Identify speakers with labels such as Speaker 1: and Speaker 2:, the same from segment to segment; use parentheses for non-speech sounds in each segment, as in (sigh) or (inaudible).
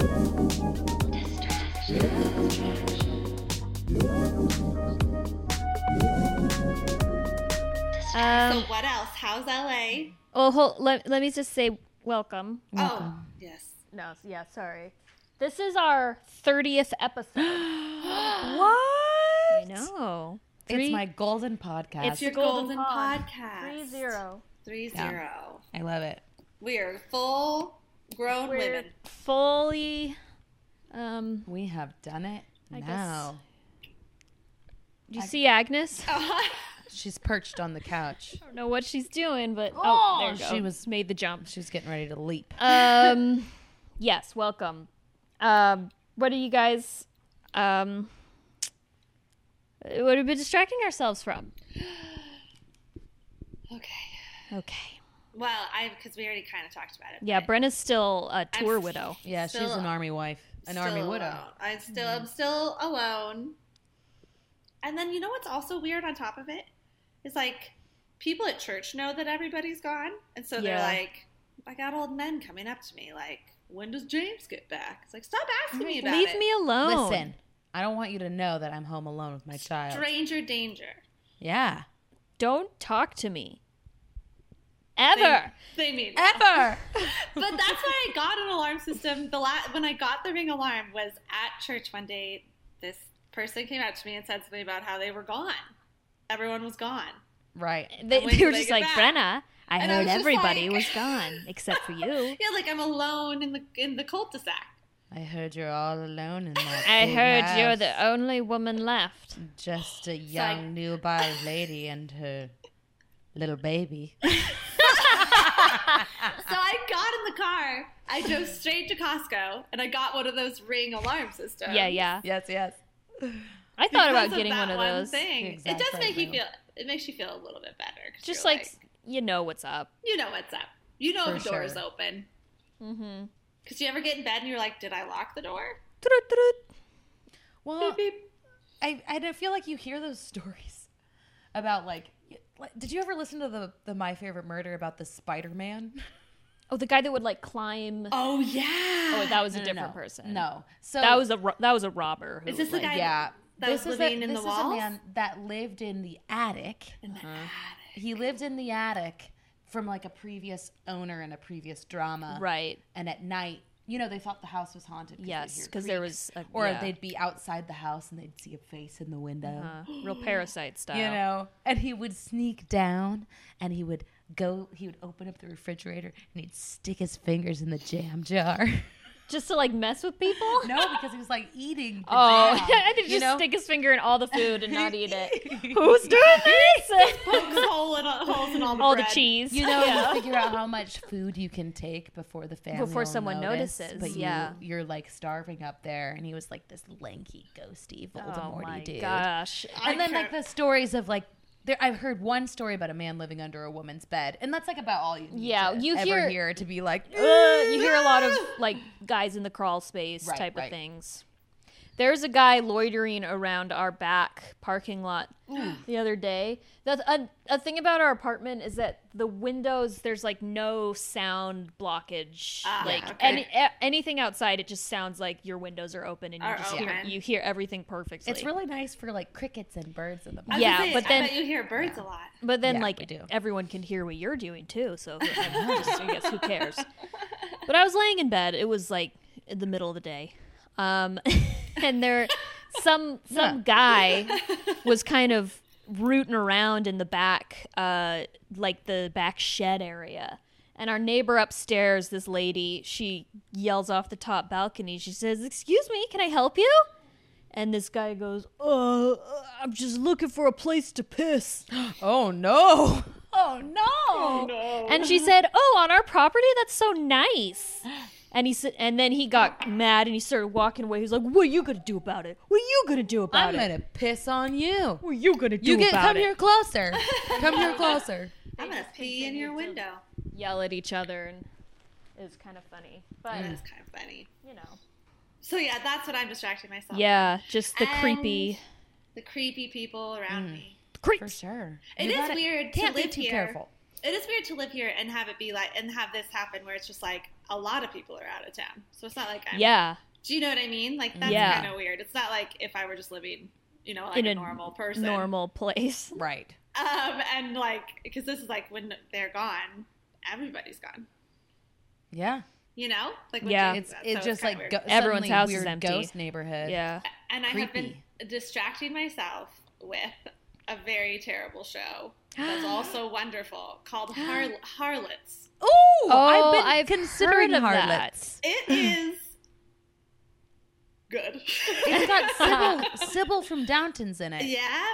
Speaker 1: Um, Um,
Speaker 2: so what else? How's LA?
Speaker 1: well, oh, hold, let, let me just say welcome.
Speaker 2: Oh, yes.
Speaker 1: No, yeah, sorry. This is our 30th (gasps) episode.
Speaker 3: What?
Speaker 1: I know.
Speaker 3: It's my golden podcast.
Speaker 2: It's your golden,
Speaker 1: pod.
Speaker 2: podcast.
Speaker 1: three zero.
Speaker 2: Three
Speaker 3: Yeah.
Speaker 2: zero.
Speaker 3: I love it.
Speaker 2: We are full grown
Speaker 1: We're
Speaker 2: women.
Speaker 1: (laughs)
Speaker 2: (laughs)
Speaker 1: fully. Um,
Speaker 3: We have done it
Speaker 1: I guess-
Speaker 3: now.
Speaker 1: do you see Agnes? I
Speaker 3: She's perched on the couch.
Speaker 1: don't know what she's doing, but oh, there you go.
Speaker 3: she was-
Speaker 1: made the jump.
Speaker 3: She's getting ready to leap.
Speaker 1: Um, (laughs) yes, welcome. Um, what are you guys? Um, what have we been distracting ourselves from?
Speaker 2: okay.
Speaker 1: Okay.
Speaker 2: Well, I because we already kind of talked about it.
Speaker 1: Yeah,
Speaker 2: but
Speaker 1: Brenna's still a tour
Speaker 2: I'm-
Speaker 1: widow.
Speaker 3: Yeah, she's
Speaker 2: Still-
Speaker 3: an army wife, an
Speaker 2: still
Speaker 3: army widow.
Speaker 2: alone. I still
Speaker 1: Mm-hmm.
Speaker 2: I'm still alone. And then you know what's also weird on top of it is like people at church know that everybody's gone, and so they're
Speaker 1: Yeah.
Speaker 2: like, I got old men coming up to me like, when does James get back? It's like stop asking me about
Speaker 1: Mm-hmm. Leave
Speaker 2: it.
Speaker 1: me alone.
Speaker 3: Listen, I don't want you to know that I'm home alone with my child.
Speaker 2: Stranger danger.
Speaker 3: Yeah.
Speaker 1: Don't talk to me. Ever.
Speaker 2: They mean it.
Speaker 3: Ever.
Speaker 2: (laughs) but that's why I got an alarm system. The la- when I got the ring alarm was at church one day. This person came up to me and said something about how they were gone. Everyone was gone.
Speaker 3: right.
Speaker 1: (laughs) They,
Speaker 2: when
Speaker 1: they were
Speaker 2: do they
Speaker 1: just
Speaker 2: get
Speaker 1: like,
Speaker 2: back?
Speaker 1: Brenna, I
Speaker 2: And I
Speaker 1: heard
Speaker 2: was just
Speaker 1: everybody
Speaker 2: like-
Speaker 1: was
Speaker 2: (laughs)
Speaker 1: gone except for you.
Speaker 2: Yeah, like I'm alone in the in the cul-de-sac.
Speaker 3: I heard you're all alone in that.
Speaker 1: (laughs) I
Speaker 3: big
Speaker 1: heard you're the
Speaker 3: house.
Speaker 1: only woman left.
Speaker 3: just a
Speaker 2: like-
Speaker 3: young nearby lady and her
Speaker 1: (laughs)
Speaker 3: little baby.
Speaker 2: So I got in the car. I drove straight to Costco and I got one of those ring alarm systems.
Speaker 1: Yeah, yeah.
Speaker 3: yes, yes.
Speaker 1: I thought
Speaker 2: Um, Because
Speaker 1: about
Speaker 2: of
Speaker 1: getting
Speaker 2: that
Speaker 1: one of those.
Speaker 2: Thing.
Speaker 3: Exact
Speaker 2: it does
Speaker 3: right
Speaker 2: make you
Speaker 3: thing.
Speaker 2: feel. It makes you feel a little bit better. 'cause
Speaker 1: Just
Speaker 2: you're
Speaker 1: like, you know what's up.
Speaker 2: you know what's up. You know
Speaker 3: For
Speaker 2: if the door is
Speaker 3: sure.
Speaker 2: open.
Speaker 1: Mm-hmm.
Speaker 2: Because you ever get in bed and you're like, did I lock the door?
Speaker 3: Well,
Speaker 2: Beep.
Speaker 3: I, I don't feel like you hear those (laughs) stories about like. like- Did you ever listen to the the My Favorite Murder about the Spider Man?
Speaker 1: Oh, the guy that would like climb.
Speaker 2: Oh yeah.
Speaker 1: Oh, that was a
Speaker 3: No, no,
Speaker 1: different
Speaker 3: no.
Speaker 1: person.
Speaker 3: No, so
Speaker 1: that was a ro- that was a robber. Who
Speaker 2: Is this
Speaker 1: would,
Speaker 2: the
Speaker 1: like-
Speaker 2: guy
Speaker 3: yeah.
Speaker 2: that was living in the
Speaker 3: this is
Speaker 2: walls?
Speaker 3: a man that lived in the attic. Uh-huh. He lived in the attic from like a previous owner in a previous drama,
Speaker 1: Right.
Speaker 3: And at night, you know, they thought the house was haunted. they'd
Speaker 1: Yes,
Speaker 3: hear
Speaker 1: because there
Speaker 3: creaks.
Speaker 1: was a,
Speaker 3: or
Speaker 1: yeah,
Speaker 3: they'd be outside the house and they'd see a face in the window.
Speaker 1: uh, (gasps) real parasite style.
Speaker 3: You know, and he would sneak down and he would go, he would open up the refrigerator and he'd stick his fingers in the jam jar.
Speaker 1: just to like mess with people.
Speaker 3: (laughs) no, because he was like eating. The
Speaker 1: Oh,
Speaker 3: jam,
Speaker 1: (laughs) I think
Speaker 3: you
Speaker 1: just
Speaker 3: know?
Speaker 1: stick his finger in all the food and
Speaker 3: (laughs)
Speaker 1: not eat it. Who's doing this?
Speaker 2: Pokes hole in Oh, all, holes in all the
Speaker 1: all the
Speaker 2: bread.
Speaker 1: cheese.
Speaker 3: You
Speaker 1: (laughs)
Speaker 3: know, you figure out how much food you can take before the family
Speaker 1: Before
Speaker 3: will
Speaker 1: someone
Speaker 3: notice,
Speaker 1: notices,
Speaker 3: But you,
Speaker 1: yeah.
Speaker 3: you're like starving up there, and he was like this lanky, ghosty,
Speaker 1: Oh
Speaker 3: Voldemorty
Speaker 1: my
Speaker 3: dude.
Speaker 1: gosh.
Speaker 2: I
Speaker 3: and then
Speaker 2: can't-
Speaker 3: like the stories of like there I've heard one story about a man living under a woman's bed, and that's like about all you need
Speaker 1: Yeah,
Speaker 3: to
Speaker 1: you
Speaker 3: ever
Speaker 1: hear-
Speaker 3: hear, to be like
Speaker 1: Uh, you hear a lot of like guys in the crawl space
Speaker 3: Right,
Speaker 1: type of
Speaker 3: right.
Speaker 1: things. There's a guy loitering around our back parking lot
Speaker 2: Mm.
Speaker 1: the other day. That's a, a thing about our apartment is that the windows there's like no sound blockage.
Speaker 2: Ah,
Speaker 1: like
Speaker 2: okay.
Speaker 1: any, a- anything outside, it just sounds like your windows are open and you
Speaker 2: Are
Speaker 1: just hear,
Speaker 2: open.
Speaker 1: you hear everything perfectly.
Speaker 3: It's really nice for like crickets and birds in the
Speaker 2: I
Speaker 3: morning.
Speaker 2: was
Speaker 1: Yeah,
Speaker 2: gonna say,
Speaker 1: but then-
Speaker 2: I bet you hear birds a lot.
Speaker 1: But then,
Speaker 3: Yeah,
Speaker 1: like,
Speaker 3: we do.
Speaker 1: everyone can hear what you're doing too. So I just- I guess who
Speaker 3: (laughs)
Speaker 1: cares? But I was laying in bed. It was like in the middle of the day, um, (laughs) and there, some
Speaker 3: (laughs)
Speaker 1: some guy was kind of rooting around in the back, uh, like the back shed area. And our neighbor upstairs, this lady, she yells off the top balcony. She says, "Excuse me, can I help you?" And this guy goes, "Uh, I'm just looking for a place to piss."
Speaker 3: (gasps) Oh no.
Speaker 1: Oh no! And she said, "Oh, on our property? That's so nice." And he said, and then he got mad and he started walking away. He's like, "What are you gonna do about it? What are you gonna do about
Speaker 3: I'm
Speaker 1: it?
Speaker 3: gonna piss on you.
Speaker 1: what are you gonna do
Speaker 3: You get
Speaker 1: about
Speaker 3: come
Speaker 1: it?"
Speaker 3: here (laughs) closer. Come here closer.
Speaker 2: I'm gonna pee in your window.
Speaker 1: Yell at each other and it's kind of funny, but
Speaker 2: That's kind of funny.
Speaker 1: you know,
Speaker 2: So yeah, that's what I'm distracting myself.
Speaker 1: yeah, just the
Speaker 2: And
Speaker 1: creepy, Mm.
Speaker 2: the creepy people around me.
Speaker 1: creeps.
Speaker 3: for sure.
Speaker 2: It
Speaker 3: You
Speaker 2: is
Speaker 3: gotta-
Speaker 2: weird to
Speaker 3: Can't be
Speaker 2: live
Speaker 3: too
Speaker 2: here.
Speaker 3: careful.
Speaker 2: It is weird to live here and have it be like and have this happen where it's just like a lot of people are out of town. So it's not like I'm
Speaker 1: Yeah,
Speaker 2: Do you know what I mean? Like that's
Speaker 1: Yeah.
Speaker 2: kind of weird. It's not like if I were just living, you know, like
Speaker 1: In
Speaker 2: a,
Speaker 1: a
Speaker 2: normal person.
Speaker 1: normal place.
Speaker 3: Right.
Speaker 2: Um, and like because this is like when they're gone, everybody's gone.
Speaker 3: Yeah.
Speaker 2: You know, like when
Speaker 1: Yeah.
Speaker 2: James
Speaker 3: It's
Speaker 2: said, so
Speaker 3: it's just
Speaker 2: kinda
Speaker 3: like
Speaker 2: weird.
Speaker 3: go-
Speaker 1: Everyone's
Speaker 3: suddenly
Speaker 1: house is
Speaker 3: weird
Speaker 1: empty.
Speaker 3: Ghost neighborhood.
Speaker 1: Yeah,
Speaker 2: and I have been distracting myself with a very terrible show
Speaker 1: (gasps)
Speaker 2: that's also wonderful called Har- Harlots.
Speaker 3: Ooh, Oh, I've been
Speaker 1: I've
Speaker 3: considering
Speaker 1: heard of that.
Speaker 3: harlots.
Speaker 1: Hmm.
Speaker 2: It is good.
Speaker 3: It's
Speaker 2: (laughs)
Speaker 3: (laughs) got Sybil, Sybil from Downton's in it.
Speaker 2: yeah,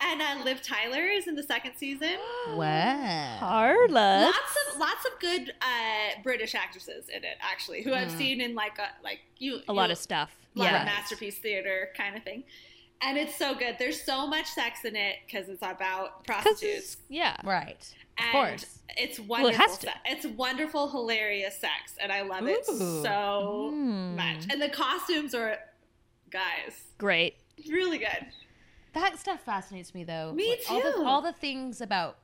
Speaker 2: and uh, Liv Tyler is in the second season.
Speaker 3: Wow.
Speaker 1: Harlots.
Speaker 2: lots of lots of good uh, British actresses in it, actually, who I've
Speaker 3: Mm.
Speaker 2: seen in like a like you
Speaker 1: Hmm. A lot
Speaker 2: you-
Speaker 1: of stuff.
Speaker 2: a lot
Speaker 3: yeah.
Speaker 2: of masterpiece theater kind of thing. And it's so good. There's so much sex in it because it's about prostitutes.
Speaker 1: Yeah.
Speaker 3: Right. Of
Speaker 2: and
Speaker 3: course.
Speaker 2: it's
Speaker 1: Well,
Speaker 2: wonderful.
Speaker 1: it has to.
Speaker 2: se- It's wonderful, hilarious sex, and I love it
Speaker 3: Ooh.
Speaker 2: so
Speaker 1: Mm.
Speaker 2: much. And the costumes are, guys,
Speaker 1: Great.
Speaker 2: really good.
Speaker 3: That stuff fascinates me though.
Speaker 2: Me
Speaker 3: Like, All
Speaker 2: too.
Speaker 3: the, all the things about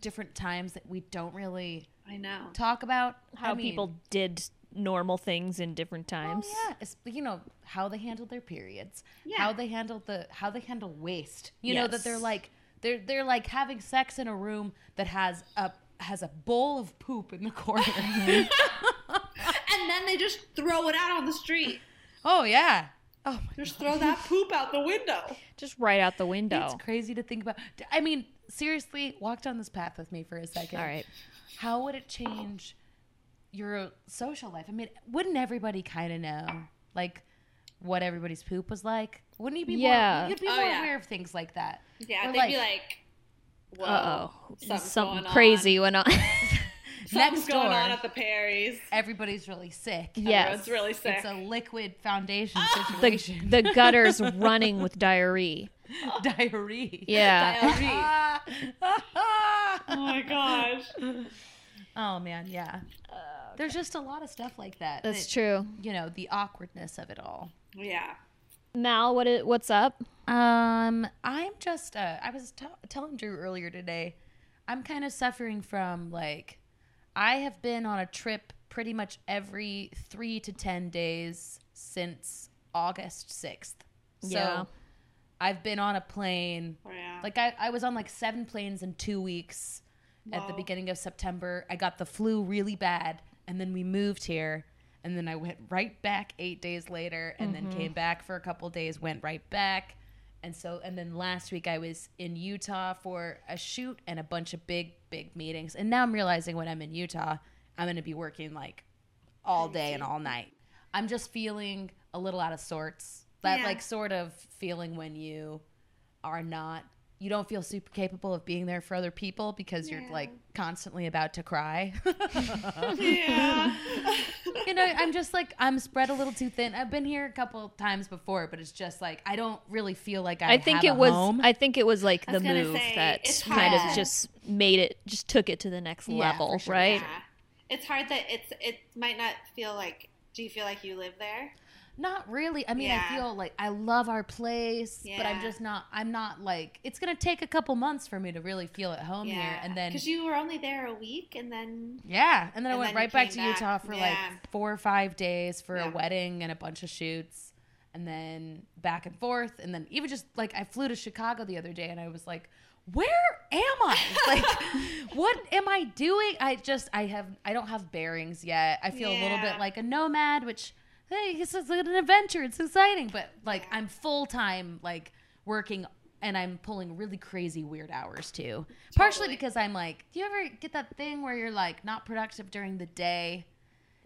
Speaker 3: different times that we don't really
Speaker 2: I know.
Speaker 3: talk about.
Speaker 1: How
Speaker 3: I mean,
Speaker 1: people did normal things in different
Speaker 3: Oh,
Speaker 1: times.
Speaker 3: yeah, It's- you know how they handled their periods,
Speaker 2: Yeah.
Speaker 3: how they handled the how they handle waste. You know that they're
Speaker 1: Yes.
Speaker 3: like they're they're like having sex in a room that has a has a bowl of poop in the
Speaker 1: (laughs)
Speaker 3: corner. (laughs)
Speaker 2: And then they just throw it out on the street.
Speaker 3: oh yeah. Oh my
Speaker 2: Just throw that poop out the window.
Speaker 1: Just right out the window.
Speaker 3: It's crazy to think about. D- I mean, seriously, walk down this path with me for a second.
Speaker 1: All right.
Speaker 3: How would it change your social life? I mean, wouldn't everybody kind of know, like, what everybody's poop was like? Wouldn't you be
Speaker 1: Yeah.
Speaker 3: more? You'd be
Speaker 2: Oh,
Speaker 3: more
Speaker 2: yeah.
Speaker 3: aware of things like that.
Speaker 2: Yeah,
Speaker 3: Or
Speaker 2: they'd be like, "Whoa,
Speaker 1: Uh oh.
Speaker 2: something's
Speaker 1: Something
Speaker 2: going
Speaker 1: crazy went on. (laughs)
Speaker 2: On. Something's
Speaker 3: Next
Speaker 2: going
Speaker 3: door.
Speaker 2: on at the Perrys.
Speaker 3: Everybody's really sick.
Speaker 1: yes.
Speaker 2: Everyone's really sick. (laughs) Ah!
Speaker 3: It's a liquid foundation
Speaker 1: The,
Speaker 3: situation.
Speaker 1: the gutters running with diarrhea.
Speaker 3: (laughs) diarrhea.
Speaker 1: Yeah.
Speaker 2: Diarrhea. oh
Speaker 3: Ah.
Speaker 2: my gosh.
Speaker 3: (laughs) oh man, yeah.
Speaker 2: Oh,
Speaker 3: There's just a lot of stuff like that.
Speaker 1: That's
Speaker 3: that-
Speaker 1: true.
Speaker 3: You know, the awkwardness of it all.
Speaker 2: Yeah.
Speaker 1: Mal, what it, what's up?
Speaker 3: Um, I'm just. Uh, I was t- telling Drew earlier today. I'm kind of suffering from like, I have been on a trip pretty much every three to ten days since August sixth. So
Speaker 1: Yeah.
Speaker 3: I've been on a plane.
Speaker 2: Oh, yeah. (laughs)
Speaker 3: Like I, I was on like seven planes in two weeks at the
Speaker 2: Wow.
Speaker 3: beginning of September. I got the flu really bad, and then we moved here, and then I went right back eight days later, and
Speaker 2: Mm-hmm.
Speaker 3: then came back for a couple days, went right back, and so and then last week I was in Utah for a shoot and a bunch of big big meetings, and now I'm realizing when I'm in Utah, I'm gonna be working like all day and all night. I'm just feeling a little out of sorts. That
Speaker 2: Yeah.
Speaker 3: like sort of feeling when you are not you don't feel super capable of being there for other people because you're
Speaker 2: Yeah.
Speaker 3: like constantly about to cry. (laughs)
Speaker 2: yeah.
Speaker 3: you know, I'm just like I'm spread a little too thin. I've been here a couple times before, but it's just like I don't really feel like I,
Speaker 1: I think
Speaker 3: have
Speaker 1: it
Speaker 3: a
Speaker 1: was.
Speaker 3: home.
Speaker 1: I think it was like
Speaker 2: I
Speaker 1: the
Speaker 2: was gonna
Speaker 1: move
Speaker 2: say,
Speaker 1: that
Speaker 2: it's
Speaker 1: kind
Speaker 2: hard.
Speaker 1: of just made it, just took it to the next
Speaker 3: Yeah,
Speaker 1: level,
Speaker 3: for sure,
Speaker 1: right?
Speaker 2: Yeah. It's hard that it's it might not feel like. Do you feel like you live there?
Speaker 3: Not really. I mean,
Speaker 2: Yeah.
Speaker 3: I feel like I love our place, but I'm
Speaker 2: Yeah.
Speaker 3: just not. I'm not like it's gonna take a couple months for me to really feel at home here, and then
Speaker 2: because you were only there a week, and then
Speaker 3: Yeah, and then I
Speaker 2: And
Speaker 3: went
Speaker 2: then you
Speaker 3: right back to
Speaker 2: came back.
Speaker 3: Utah for
Speaker 2: Yeah.
Speaker 3: like four or five days for
Speaker 2: Yeah.
Speaker 3: a wedding and a bunch of shoots, and then back and forth, and then even just like I flew to Chicago the other day, and I was like, "Where am I? (laughs) Like, what am I doing? I just I have I don't have bearings yet. I feel a little
Speaker 2: Yeah.
Speaker 3: bit like a nomad, which hey, this is an adventure. It's exciting, but like
Speaker 2: Yeah.
Speaker 3: I'm full time like working." And I'm pulling really crazy weird hours too. Partially
Speaker 2: Totally.
Speaker 3: because because I'm like, do you ever get that thing where you're like not productive during the day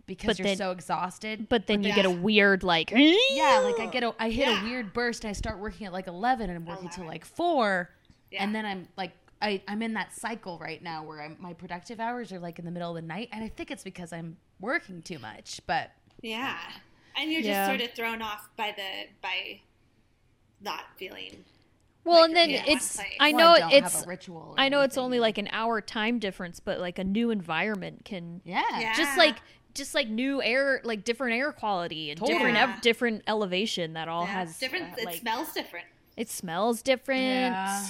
Speaker 3: because
Speaker 1: But
Speaker 3: you're
Speaker 1: then-
Speaker 3: so exhausted?
Speaker 1: But then you
Speaker 2: Yeah.
Speaker 1: get a weird like.
Speaker 3: yeah, like I get a, I hit
Speaker 2: Yeah.
Speaker 3: a weird burst and I start working at like 11 and I'm working till like 4
Speaker 2: Yeah.
Speaker 3: and then I'm like I, I'm in that cycle right now where I'm, my productive hours are like in the middle of the night and I think it's because I'm working too much, but
Speaker 2: yeah, and you're
Speaker 1: Yeah.
Speaker 2: just sort of thrown off by the by not feeling.
Speaker 1: Well,
Speaker 2: like,
Speaker 1: and then
Speaker 2: yeah, one
Speaker 1: it's.
Speaker 2: place.
Speaker 1: I
Speaker 3: or
Speaker 1: know
Speaker 3: don't
Speaker 1: it's.
Speaker 3: have a ritual. or
Speaker 1: I know it's
Speaker 3: anything.
Speaker 1: only like an hour time difference, but like a new environment can
Speaker 3: yeah.
Speaker 2: Yeah.
Speaker 1: just like just like new air, like different air quality and different
Speaker 2: Totally.
Speaker 1: ev- different elevation that all
Speaker 2: Yeah.
Speaker 1: has
Speaker 2: different.
Speaker 1: uh,
Speaker 2: it
Speaker 1: like,
Speaker 2: smells different.
Speaker 1: it smells different.
Speaker 3: Yeah.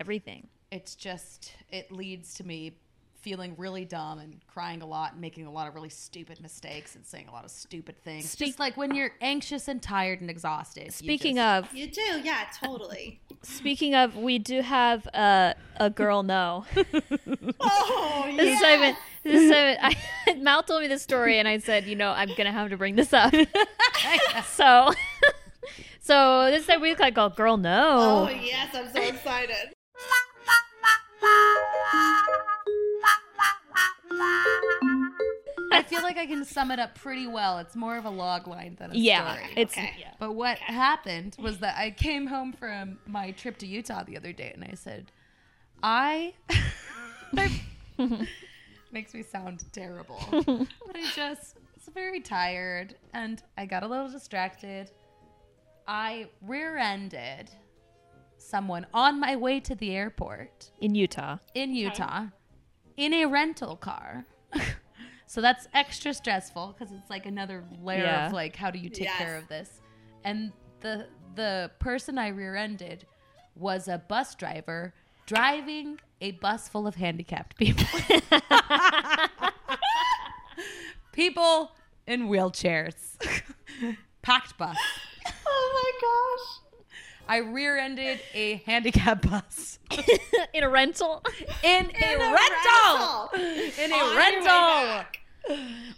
Speaker 1: everything.
Speaker 3: it's just it leads to me feeling really dumb and crying a lot and making a lot of really stupid mistakes and saying a lot of stupid things.
Speaker 1: Speak-
Speaker 3: just like when you're anxious and tired and exhausted.
Speaker 1: Speaking of
Speaker 2: You do, yeah, totally.
Speaker 1: Speaking of, we do have uh, a girl no. (laughs) this
Speaker 2: oh,
Speaker 1: is Simon. This is Simon. I, (laughs) Mal told me this story, and I said, you know, I'm gonna have to bring this up. (laughs) so, (laughs) so this time we got called girl
Speaker 2: Oh,
Speaker 1: no.
Speaker 2: yes, I'm so excited.
Speaker 3: I feel like I can sum it up pretty well. It's more of a log line than a
Speaker 1: yeah,
Speaker 3: story.
Speaker 1: it's
Speaker 2: okay.
Speaker 1: yeah.
Speaker 3: But what happened was that I came home from my trip to Utah the other day and I said, I. (laughs) makes me sound terrible. but I just was very tired and I got a little distracted. I rear ended someone on my way to the airport
Speaker 1: in Utah. (laughs)
Speaker 3: in Utah in a rental car. (laughs) so that's extra stressful because it's like another layer
Speaker 1: Yeah.
Speaker 3: of like how do you take
Speaker 2: Yes.
Speaker 3: care of this? And the the person I rear-ended was a bus driver driving a bus full of handicapped people. (laughs) people in wheelchairs. (laughs) Packed bus.
Speaker 2: Oh my
Speaker 3: I rear-ended a handicap (laughs) bus
Speaker 1: in a rental.
Speaker 3: in, a,
Speaker 2: gosh.
Speaker 3: rental. in a
Speaker 2: On your way
Speaker 3: rental
Speaker 2: back.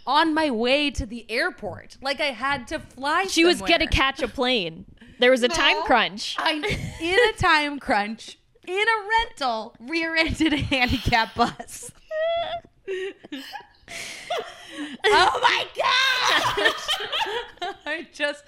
Speaker 3: on my way to the airport. Like I had to fly.
Speaker 1: She was
Speaker 3: somewhere.
Speaker 1: gonna catch a plane. There was a time
Speaker 2: No.
Speaker 1: crunch.
Speaker 3: I, in a time crunch, in a rental, rear-ended (laughs) a handicap bus. oh my gosh! (laughs) I just,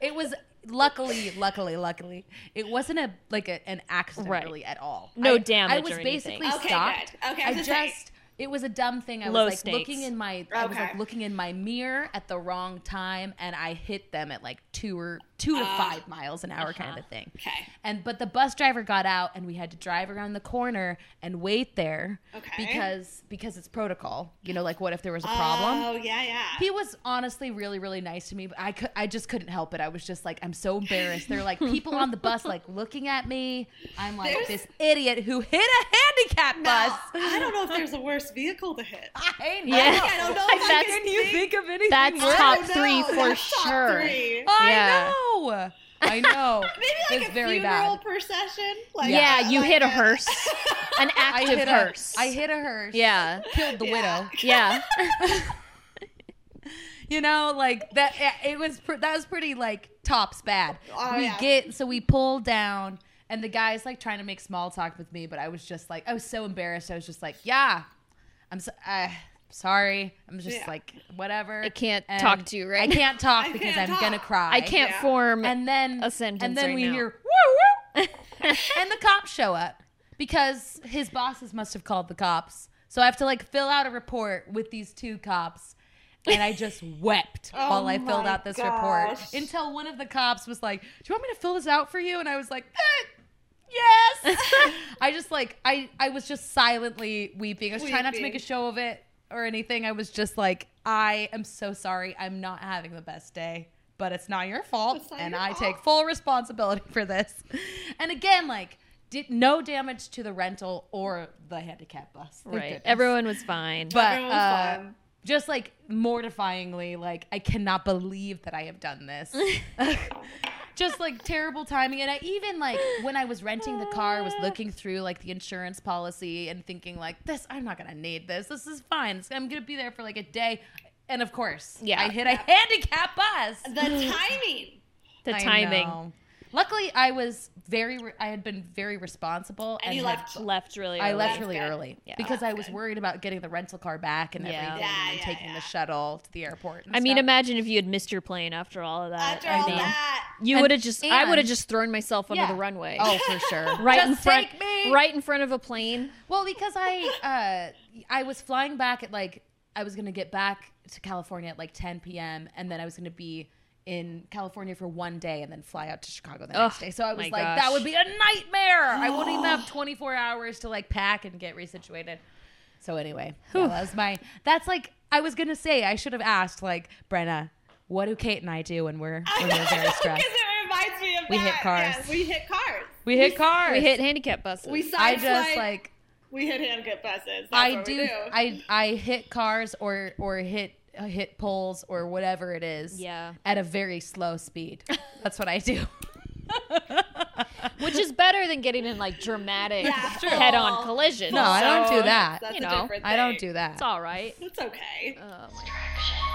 Speaker 3: it was luckily, luckily, luckily, it wasn't a like a, an accident
Speaker 1: Right.
Speaker 3: really at all.
Speaker 1: No
Speaker 3: I, I
Speaker 1: damage
Speaker 3: was
Speaker 1: or anything.
Speaker 3: basically
Speaker 2: Okay,
Speaker 3: stopped.
Speaker 2: good. Okay, I
Speaker 3: I
Speaker 2: was
Speaker 3: just.
Speaker 2: gonna say-
Speaker 3: It was a dumb thing. I
Speaker 1: Low
Speaker 3: was like
Speaker 1: stakes.
Speaker 3: looking in my I was like
Speaker 2: Okay.
Speaker 3: looking in my mirror at the wrong time and I hit them at like 2 or 2 to 5 miles an hour kind of a thing.
Speaker 2: Okay.
Speaker 3: And but the bus driver got out and we had to drive around the corner and wait there
Speaker 2: Okay.
Speaker 3: because because it's protocol. You know like what if there was a problem?
Speaker 2: Oh, yeah, yeah.
Speaker 3: he was honestly really really nice to me but i could i just couldn't help it i was just like i'm so embarrassed they're like people on the bus like looking at me i'm like
Speaker 2: There's-
Speaker 3: this idiot who hit a handicap
Speaker 2: Now,
Speaker 3: bus (laughs)
Speaker 2: I don't know if there's a worse vehicle to hit.
Speaker 3: I know.
Speaker 1: Yeah.
Speaker 2: I don't know if I
Speaker 1: That's-
Speaker 2: can
Speaker 3: can you think of anything
Speaker 1: That's
Speaker 3: worse?
Speaker 1: top
Speaker 2: I don't
Speaker 1: three
Speaker 2: know.
Speaker 1: for
Speaker 2: Oh, That's top
Speaker 1: sure.
Speaker 2: three.
Speaker 3: i
Speaker 1: Yeah.
Speaker 3: know i know
Speaker 2: (laughs) Maybe like
Speaker 3: Oh, It's
Speaker 2: a
Speaker 3: very
Speaker 2: funeral
Speaker 3: bad
Speaker 2: procession. Like,
Speaker 1: Yeah,
Speaker 2: uh,
Speaker 1: you
Speaker 2: like
Speaker 1: hit a
Speaker 3: (laughs)
Speaker 1: hearse, an
Speaker 3: I
Speaker 1: active
Speaker 3: hit
Speaker 1: hearse.
Speaker 3: a i hit a hearse
Speaker 1: Yeah,
Speaker 3: (laughs) killed the widow
Speaker 1: yeah.
Speaker 3: you know like that it- it was pr- that was pretty like tops bad
Speaker 2: Oh,
Speaker 3: we
Speaker 2: yeah.
Speaker 3: get so we pull down and the guy's like trying to make small talk with me but i was just like i was so embarrassed i was just like yeah i'm so uh, sorry i'm just
Speaker 2: Yeah.
Speaker 3: like whatever
Speaker 1: I can't talk to you, right?
Speaker 3: i can't talk
Speaker 2: I
Speaker 3: because
Speaker 2: can't
Speaker 3: i'm gonna
Speaker 2: talk.
Speaker 3: cry
Speaker 1: I can't
Speaker 2: Yeah.
Speaker 1: form. (laughs)
Speaker 3: and then
Speaker 1: a sentence
Speaker 3: and then
Speaker 1: right
Speaker 3: we
Speaker 1: now.
Speaker 3: hear woo woo and the cops show up because his bosses must have called the cops so i have to like fill out a report with these two cops and i
Speaker 2: (laughs)
Speaker 3: just wept
Speaker 2: Oh
Speaker 3: while i filled
Speaker 2: my
Speaker 3: out this
Speaker 2: gosh.
Speaker 3: report until one of the cops was like do you want me to fill this out for you and i was like "Eh,
Speaker 2: (laughs)
Speaker 3: yes i just like i i was just silently weeping i was trying not to make a
Speaker 2: Weeping.
Speaker 3: show of it or anything i was just like i am so sorry i'm not having the best day but it's not your fault
Speaker 2: It's not
Speaker 3: and
Speaker 2: your
Speaker 3: I
Speaker 2: fault.
Speaker 3: take full responsibility (laughs) for this. And again, like, did no damage to the rental or the handicap bus. Thank
Speaker 1: right,
Speaker 3: goodness.
Speaker 1: everyone was fine. (laughs)
Speaker 3: but
Speaker 2: Everyone was
Speaker 3: uh,
Speaker 2: fine.
Speaker 3: just like mortifyingly, like I cannot believe that I have
Speaker 1: (laughs)
Speaker 3: done this. just like terrible timing. And I even like when I was renting the car,
Speaker 1: Ah.
Speaker 3: was looking through like the insurance policy and thinking like this, I'm not gonna need this. This is fine. It's- I'm gonna be there for like a day. And of course,
Speaker 1: Yeah.
Speaker 3: I hit a handicap bus (gasps)
Speaker 2: The timing.
Speaker 1: the
Speaker 3: I
Speaker 1: timing
Speaker 3: know. Luckily, I was very. Re- I had been very responsible,
Speaker 2: And you
Speaker 3: had-
Speaker 2: left.
Speaker 1: left really.
Speaker 3: I left
Speaker 2: That's
Speaker 3: really
Speaker 2: good.
Speaker 3: early
Speaker 1: Yeah.
Speaker 3: because I
Speaker 2: That's
Speaker 3: was
Speaker 2: good.
Speaker 3: worried about getting the rental car back and
Speaker 1: Yeah.
Speaker 3: everything,
Speaker 2: Yeah,
Speaker 3: and
Speaker 2: yeah,
Speaker 3: taking
Speaker 2: yeah.
Speaker 3: the shuttle to the airport. and
Speaker 1: I mean,
Speaker 3: stuff.
Speaker 1: imagine if you had missed your plane after all of
Speaker 3: Uh,
Speaker 1: that.
Speaker 2: After
Speaker 1: I
Speaker 2: all
Speaker 1: mean,
Speaker 2: that.
Speaker 1: you
Speaker 3: And-
Speaker 1: would have just. I would have
Speaker 3: and-
Speaker 1: just thrown myself under
Speaker 3: Yeah.
Speaker 1: the runway.
Speaker 3: Oh, for sure.
Speaker 1: (laughs) right
Speaker 3: Just
Speaker 1: in front.
Speaker 3: take me.
Speaker 1: Right in front of a plane.
Speaker 3: Well, because I uh, I was flying back at like I was gonna get back to California at like 10 p.m. and then I was gonna be in California for one day and then fly out to Chicago the next
Speaker 1: Ugh,
Speaker 3: day. So I was
Speaker 1: my
Speaker 3: like,
Speaker 1: gosh.
Speaker 3: that would be a nightmare. I wouldn't
Speaker 1: (gasps)
Speaker 3: even have 24 hours to like pack and get resituated. So anyway, yeah, that was my. That's like I was gonna say I should have asked like Brenna,
Speaker 2: (laughs)
Speaker 3: what do Kate and I do when we're when we're very
Speaker 1: (laughs)
Speaker 2: Because
Speaker 3: stressed?
Speaker 2: it reminds me of
Speaker 3: We
Speaker 2: that.
Speaker 3: hit cars.
Speaker 2: Yes, we hit cars.
Speaker 3: We hit cars.
Speaker 1: We hit handicap buses.
Speaker 2: We
Speaker 3: I
Speaker 2: side
Speaker 3: just like
Speaker 2: we hit handicap buses. That's
Speaker 3: I
Speaker 2: what
Speaker 3: do,
Speaker 2: We do.
Speaker 3: I I hit cars or or hit uh, hit poles or whatever it is.
Speaker 1: Yeah.
Speaker 3: At a very slow speed. That's what I do. (laughs)
Speaker 1: which is better than getting in like dramatic
Speaker 2: That's true.
Speaker 1: head-on collision.
Speaker 3: No, I don't do that.
Speaker 2: That's
Speaker 1: You
Speaker 2: a
Speaker 1: know,
Speaker 2: different
Speaker 3: I don't
Speaker 2: thing.
Speaker 3: do that.
Speaker 1: It's all right.
Speaker 2: It's okay.
Speaker 1: Um,
Speaker 4: Attraction.